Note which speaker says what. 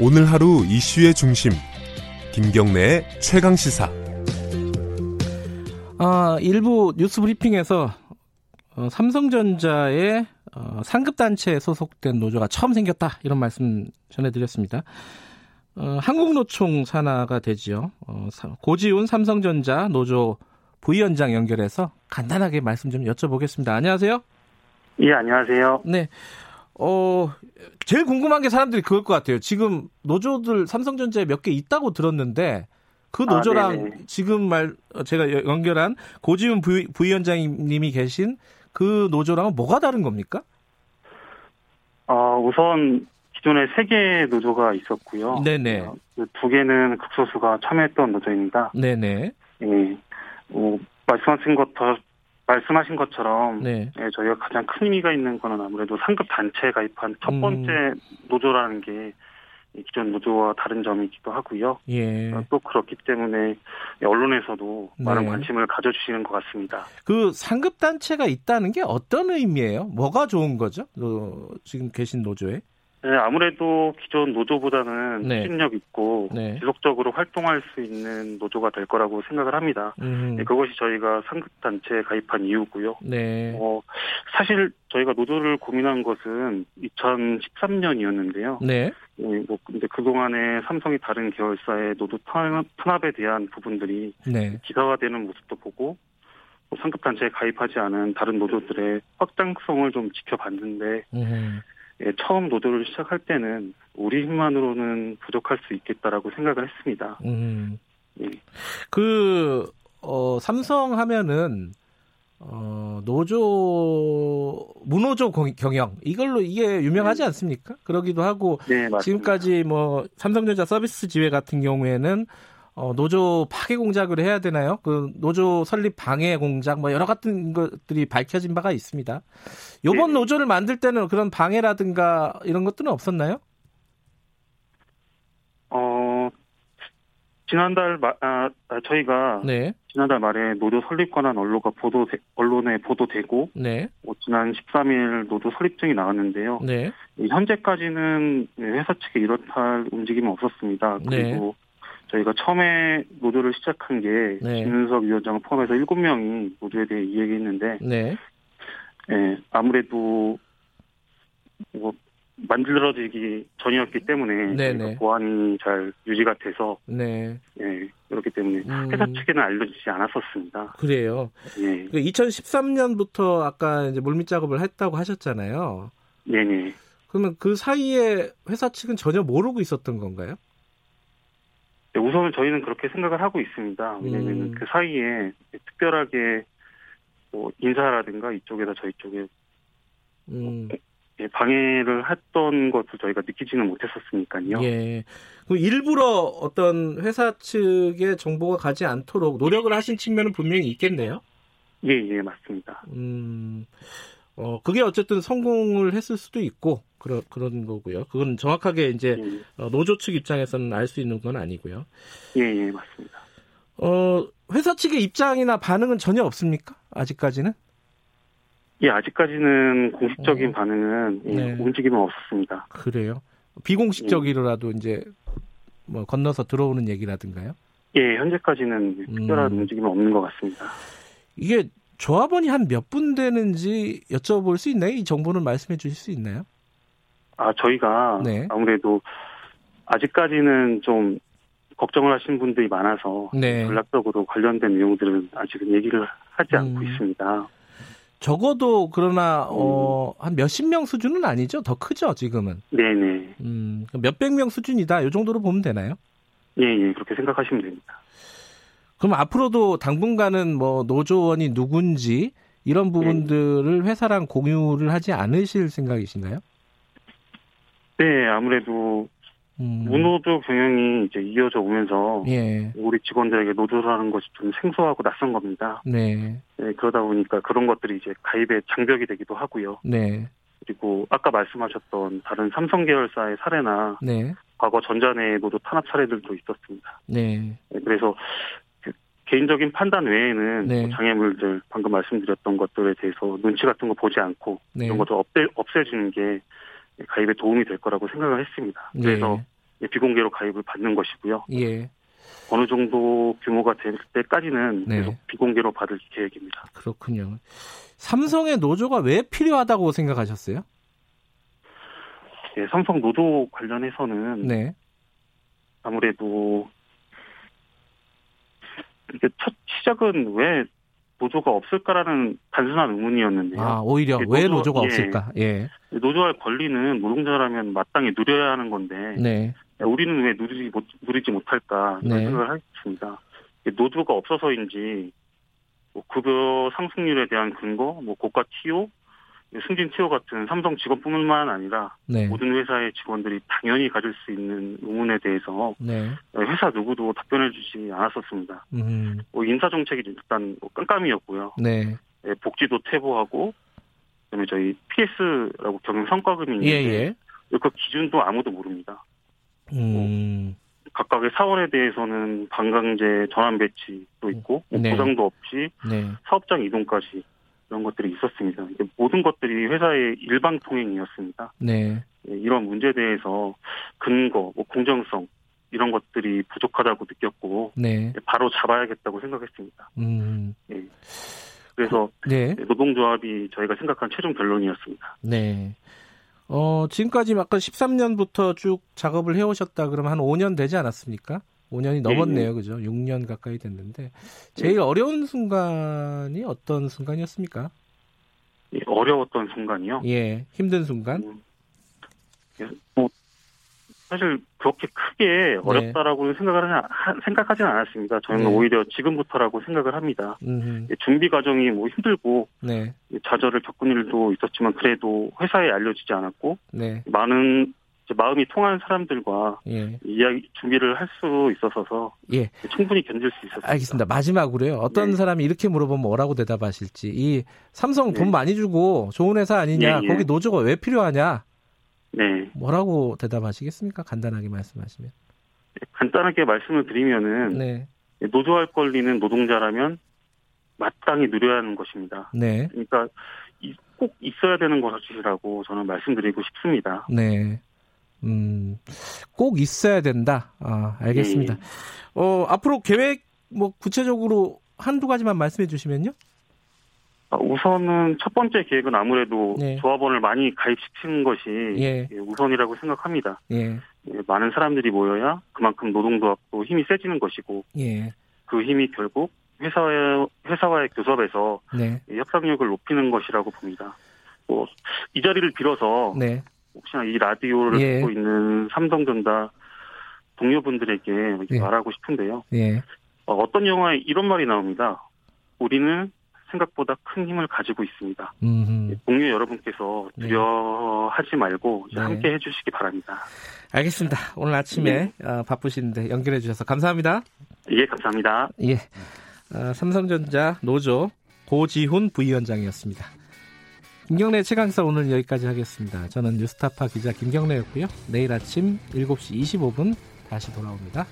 Speaker 1: 오늘 하루 이슈의 중심 김경래의 최강 시사
Speaker 2: 아, 일부 뉴스 브리핑에서 어, 삼성전자의 어, 상급단체에 소속된 노조가 처음 생겼다 이런 말씀 전해드렸습니다. 어, 한국노총 산하가 되지요. 어, 사- 고지훈 삼성전자 노조 부위원장 연결해서 간단하게 말씀 좀 여쭤보겠습니다. 안녕하세요.
Speaker 3: 예, 안녕하세요.
Speaker 2: 네. 어, 제일 궁금한 게 사람들이 그걸 것 같아요. 지금 노조들 삼성전자에 몇 개 있다고 들었는데 그
Speaker 3: 아,
Speaker 2: 노조랑
Speaker 3: 네네.
Speaker 2: 지금 말 어, 제가 여- 연결한 고지훈 부위, 부위원장님이 계신 그 노조랑은 뭐가 다른 겁니까?
Speaker 3: 어, 우선 기존에 세 개의 노조가 있었고요.
Speaker 2: 네네.
Speaker 3: 어, 그두 개는 극소수가 참여했던 노조입니다.
Speaker 2: 네네.
Speaker 3: 예. 어, 말씀하신 것 더, 말씀하신 것처럼
Speaker 2: 네.
Speaker 3: 예, 저희가 가장 큰 의미가 있는 거는 아무래도 상급 단체에 가입한 첫
Speaker 2: 음.
Speaker 3: 번째 노조라는 게이 기존 노조와 다른 점이기도 하고요.
Speaker 2: 예.
Speaker 3: 어, 또 그렇기 때문에 언론에서도 많은
Speaker 2: 네.
Speaker 3: 관심을 가져주시는 것 같습니다.
Speaker 2: 그 상급 단체가 있다는 게 어떤 의미예요? 뭐가 좋은 거죠? 어, 지금 계신 노조에?
Speaker 3: 네, 아무래도 기존 노조보다는
Speaker 2: 네.
Speaker 3: 추진력 있고
Speaker 2: 네.
Speaker 3: 지속적으로 활동할 수 있는 노조가 될 거라고 생각을 합니다.
Speaker 2: 음.
Speaker 3: 네, 그것이 저희가 상급단체에 가입한 이유고요.
Speaker 2: 네.
Speaker 3: 어, 사실 저희가 노조를 고민한 것은 2013년이었는데요.
Speaker 2: 네.
Speaker 3: 뭐 근데 그동안에 삼성이 다른 계열사의 노조 탄- 탄압에 대한 부분들이
Speaker 2: 네.
Speaker 3: 기사화되는 모습도 보고 또 상급단체에 가입하지 않은 다른 노조들의 확장성을 좀 지켜봤는데
Speaker 2: 음.
Speaker 3: 예, 처음 노조를 시작할 때는 우리 힘만으로는 부족할 수 있겠다라고 생각을 했습니다.
Speaker 2: 음.
Speaker 3: 예.
Speaker 2: 그, 어, 삼성 하면은, 어, 노조, 무노조 공- 경영, 이걸로 이게 유명하지 않습니까? 그러기도 하고,
Speaker 3: 네, 음. 맞습니다.
Speaker 2: 지금까지 뭐, 삼성전자 서비스 지회 같은 경우에는, 어, 노조 파괴 공작을 해야 되나요? 그, 노조 설립 방해 공작, 뭐, 여러 같은 것들이 밝혀진 바가 있습니다. 요번
Speaker 3: 네.
Speaker 2: 노조를 만들 때는 그런 방해라든가 이런 것들은 없었나요?
Speaker 3: 어, 지난달 마, 아, 아, 저희가
Speaker 2: 네,
Speaker 3: 지난달 말에 노조 설립 관한 언론과 보도 언론에 보도되고
Speaker 2: 네,
Speaker 3: 뭐 지난 13일 노조 설립증이 나왔는데요.
Speaker 2: 네,
Speaker 3: 이 현재까지는 회사 측에 이렇다 움직임은 없었습니다.
Speaker 2: 네.
Speaker 3: 그리고 저희가 처음에 노조를 시작한 게
Speaker 2: 네.
Speaker 3: 김윤석 위원장을 포함해서 7명이 노조에 대해 이야기했는데
Speaker 2: 네,
Speaker 3: 예, 아무래도 뭐 만들어지기 전이었기 때문에
Speaker 2: 네네.
Speaker 3: 저희가 보안이 잘 유지가 돼서
Speaker 2: 네.
Speaker 3: 예, 그렇기 때문에
Speaker 2: 음.
Speaker 3: 회사 측에는 알려지지 않았었습니다.
Speaker 2: 그래요.
Speaker 3: 예,
Speaker 2: 그 2013년부터 아까 이제 물밑 작업을 했다고 하셨잖아요.
Speaker 3: 네네.
Speaker 2: 그러면 그 사이에 회사 측은 전혀 모르고 있었던 건가요?
Speaker 3: 네, 우선은 저희는 그렇게 생각을 하고 있습니다. 왜냐하면
Speaker 2: 음.
Speaker 3: 그 사이에 특별하게 뭐 인사라든가 이쪽에서 저희 쪽에
Speaker 2: 음,
Speaker 3: 예, 방해를 했던 것을 저희가 느끼지는 못했었으니까요.
Speaker 2: 예. 그 일부러 어떤 회사 측의 정보가 가지 않도록 노력을 하신 측면은 분명히 있겠네요.
Speaker 3: 예, 예, 맞습니다.
Speaker 2: 음, 어, 그게 어쨌든 성공을 했을 수도 있고, 그런, 그런 거고요. 그건 정확하게 이제
Speaker 3: 예,
Speaker 2: 어, 노조 측 입장에서는 알 수 있는 건 아니고요.
Speaker 3: 예, 예, 맞습니다.
Speaker 2: 어, 회사 측의 입장이나 반응은 전혀 없습니까? 아직까지는?
Speaker 3: 예, 아직까지는 공식적인
Speaker 2: 어.
Speaker 3: 반응은 예,
Speaker 2: 네.
Speaker 3: 움직임은 없었습니다.
Speaker 2: 그래요. 비공식적으로라도 이제 뭐 건너서 들어오는 얘기라든가요.
Speaker 3: 예, 현재까지는
Speaker 2: 음.
Speaker 3: 특별한 움직임은 없는 것 같습니다.
Speaker 2: 이게 조합원이 한 몇 분 되는지 여쭤볼 수 있나요? 이 정보는 말씀해 주실 수 있나요?
Speaker 3: 아, 저희가
Speaker 2: 네.
Speaker 3: 아무래도 아직까지는 좀 걱정을 하시는 분들이 많아서
Speaker 2: 네.
Speaker 3: 전략적으로 관련된 내용들은 아직은 얘기를 하지 않고
Speaker 2: 음.
Speaker 3: 있습니다.
Speaker 2: 적어도 그러나 어, 한 몇십 명 수준은 아니죠. 더 크죠 지금은.
Speaker 3: 네네.
Speaker 2: 음, 몇백 명 수준이다. 이 정도로 보면 되나요?
Speaker 3: 예, 예, 그렇게 생각하시면 됩니다.
Speaker 2: 그럼 앞으로도 당분간은 뭐 노조원이 누군지 이런 부분들을 회사랑 공유를 하지 않으실 생각이신가요?
Speaker 3: 네, 아무래도
Speaker 2: 음,
Speaker 3: 무노조 경영이 이제 이어져 오면서
Speaker 2: 예,
Speaker 3: 우리 직원들에게 노조라는 것이 좀 생소하고 낯선 겁니다.
Speaker 2: 네,
Speaker 3: 예, 그러다 보니까 그런 것들이 이제 가입의 장벽이 되기도 하고요.
Speaker 2: 네,
Speaker 3: 그리고 아까 말씀하셨던 다른 삼성 계열사의 사례나
Speaker 2: 네,
Speaker 3: 과거 전자내 노조 탄압 사례들도 있었습니다.
Speaker 2: 네.
Speaker 3: 예, 그래서 그 개인적인 판단 외에는
Speaker 2: 네.
Speaker 3: 뭐 장애물들 방금 말씀드렸던 것들에 대해서 눈치 같은 거 보지 않고
Speaker 2: 네.
Speaker 3: 이런 것도 없애, 없애주는 게 가입에 도움이 될 거라고 생각을 했습니다.
Speaker 2: 네.
Speaker 3: 그래서 예, 비공개로 가입을 받는 것이고요.
Speaker 2: 예.
Speaker 3: 어느 정도 규모가 될 때까지는
Speaker 2: 네.
Speaker 3: 계속 비공개로 받을 계획입니다.
Speaker 2: 그렇군요. 삼성의 노조가 왜 필요하다고 생각하셨어요?
Speaker 3: 예, 삼성 노조 관련해서는
Speaker 2: 네.
Speaker 3: 아무래도 이게 첫 시작은 왜 노조가 없을까라는 단순한 의문이었는데요.
Speaker 2: 아, 오히려
Speaker 3: 예,
Speaker 2: 왜
Speaker 3: 노조-
Speaker 2: 노조가
Speaker 3: 예.
Speaker 2: 없을까? 예.
Speaker 3: 노조의 권리는 노동자라면 마땅히 누려야 하는 건데
Speaker 2: 네.
Speaker 3: 우리는 왜 누리지, 못, 누리지 못할까 이런
Speaker 2: 네.
Speaker 3: 생각을 하겠습니다. 노조가 없어서인지 뭐 급여 상승률에 대한 근거, 뭐 고가 TO, 승진 TO 같은 삼성 직원뿐만 아니라
Speaker 2: 네.
Speaker 3: 모든 회사의 직원들이 당연히 가질 수 있는 의문에 대해서
Speaker 2: 네.
Speaker 3: 회사 누구도 답변해 주지 않았었습니다.
Speaker 2: 음.
Speaker 3: 뭐 인사정책이 일단 뭐 깜깜이었고요.
Speaker 2: 네.
Speaker 3: 예, 복지도 퇴보하고 그다음에 저희 PS라고 경영 성과금이
Speaker 2: 예,
Speaker 3: 있는데
Speaker 2: 예.
Speaker 3: 그 기준도 아무도 모릅니다.
Speaker 2: 음.
Speaker 3: 각각의 사원에 대해서는 방강제 전환 배치도 있고 뭐
Speaker 2: 네.
Speaker 3: 보상도 없이
Speaker 2: 네.
Speaker 3: 사업장 이동까지 이런 것들이 있었습니다. 이게 모든 것들이 회사의 일방 통행이었습니다.
Speaker 2: 네.
Speaker 3: 예, 이런 문제에 대해서 근거, 뭐 공정성 이런 것들이 부족하다고 느꼈고
Speaker 2: 네.
Speaker 3: 예, 바로 잡아야겠다고 생각했습니다.
Speaker 2: 음.
Speaker 3: 그래서
Speaker 2: 네.
Speaker 3: 예, 노동조합이 저희가 생각한 최종 결론이었습니다.
Speaker 2: 네. 어, 지금까지 아까 13년부터 쭉 작업을 해오셨다 그러면 한 5년 되지 않았습니까? 5년이
Speaker 3: 예,
Speaker 2: 넘었네요. 그죠? 6년 가까이 됐는데. 제일 어려운 순간이 어떤 순간이었습니까?
Speaker 3: 예, 어려웠던 순간이요.
Speaker 2: 예. 힘든 순간?
Speaker 3: 음, 예, 뭐 사실 그렇게 크게 어렵다라고는 생각을 하지 않- 생각하진 않았습니다. 저는
Speaker 2: 네.
Speaker 3: 오히려 지금부터라고 생각을 합니다.
Speaker 2: 음.
Speaker 3: 예, 준비 과정이 뭐 힘들고
Speaker 2: 네.
Speaker 3: 예, 좌절을 겪은 일도 있었지만 그래도 회사에 알려지지 않았고
Speaker 2: 네.
Speaker 3: 많은 이제 마음이 통하는 사람들과
Speaker 2: 예.
Speaker 3: 이야기 준비를 할 수 있어서
Speaker 2: 예.
Speaker 3: 충분히 견딜 수 있었습니다.
Speaker 2: 알겠습니다. 마지막으로요. 어떤
Speaker 3: 네.
Speaker 2: 사람이 이렇게 물어보면 뭐라고 대답하실지. 이 삼성 돈
Speaker 3: 네.
Speaker 2: 많이 주고 좋은 회사 아니냐.
Speaker 3: 예, 예.
Speaker 2: 거기 노조가 왜 필요하냐.
Speaker 3: 네,
Speaker 2: 뭐라고 대답하시겠습니까? 간단하게 말씀하시면.
Speaker 3: 간단하게 말씀을 드리면은
Speaker 2: 네.
Speaker 3: 예, 노조할 권리는 노동자라면 마땅히 누려야 하는 것입니다.
Speaker 2: 네.
Speaker 3: 그러니까 이- 꼭 있어야 되는 것이라고 저는 말씀드리고 싶습니다.
Speaker 2: 네. 음, 꼭 있어야 된다. 아,
Speaker 3: 네.
Speaker 2: 알겠습니다. 어, 앞으로 계획, 뭐, 구체적으로 한두 가지만 말씀해 주시면요.
Speaker 3: 아, 우선은 첫 번째 계획은 아무래도
Speaker 2: 네.
Speaker 3: 조합원을 많이 가입시키는 것이
Speaker 2: 예,
Speaker 3: 예, 우선이라고 생각합니다.
Speaker 2: 예,
Speaker 3: 예, 많은 사람들이 모여야 그만큼 노동조합도 힘이 세지는 것이고
Speaker 2: 예,
Speaker 3: 그 힘이 결국 회사의, 회사와의 교섭에서
Speaker 2: 네,
Speaker 3: 예, 협상력을 높이는 것이라고 봅니다. 뭐, 이 자리를 빌어서
Speaker 2: 네,
Speaker 3: 혹시나 이 라디오를
Speaker 2: 예.
Speaker 3: 듣고 있는 삼성전자 동료분들에게 이렇게
Speaker 2: 예.
Speaker 3: 말하고 싶은데요.
Speaker 2: 예,
Speaker 3: 어, 어떤 영화에 이런 말이 나옵니다. 우리는 생각보다 큰 힘을 가지고 있습니다.
Speaker 2: 음,
Speaker 3: 동료 여러분께서
Speaker 2: 네.
Speaker 3: 두려워하지 말고 이제
Speaker 2: 네.
Speaker 3: 함께 해주시기 바랍니다.
Speaker 2: 알겠습니다. 오늘 아침에 어, 바쁘신데 연결해 주셔서 감사합니다.
Speaker 3: 예, 감사합니다.
Speaker 2: 예, 어, 삼성전자 노조 고지훈 부위원장이었습니다. 김경래 최강사 오늘 여기까지 하겠습니다. 저는 뉴스타파 기자 김경래였고요. 내일 아침 7시 25분 다시 돌아옵니다.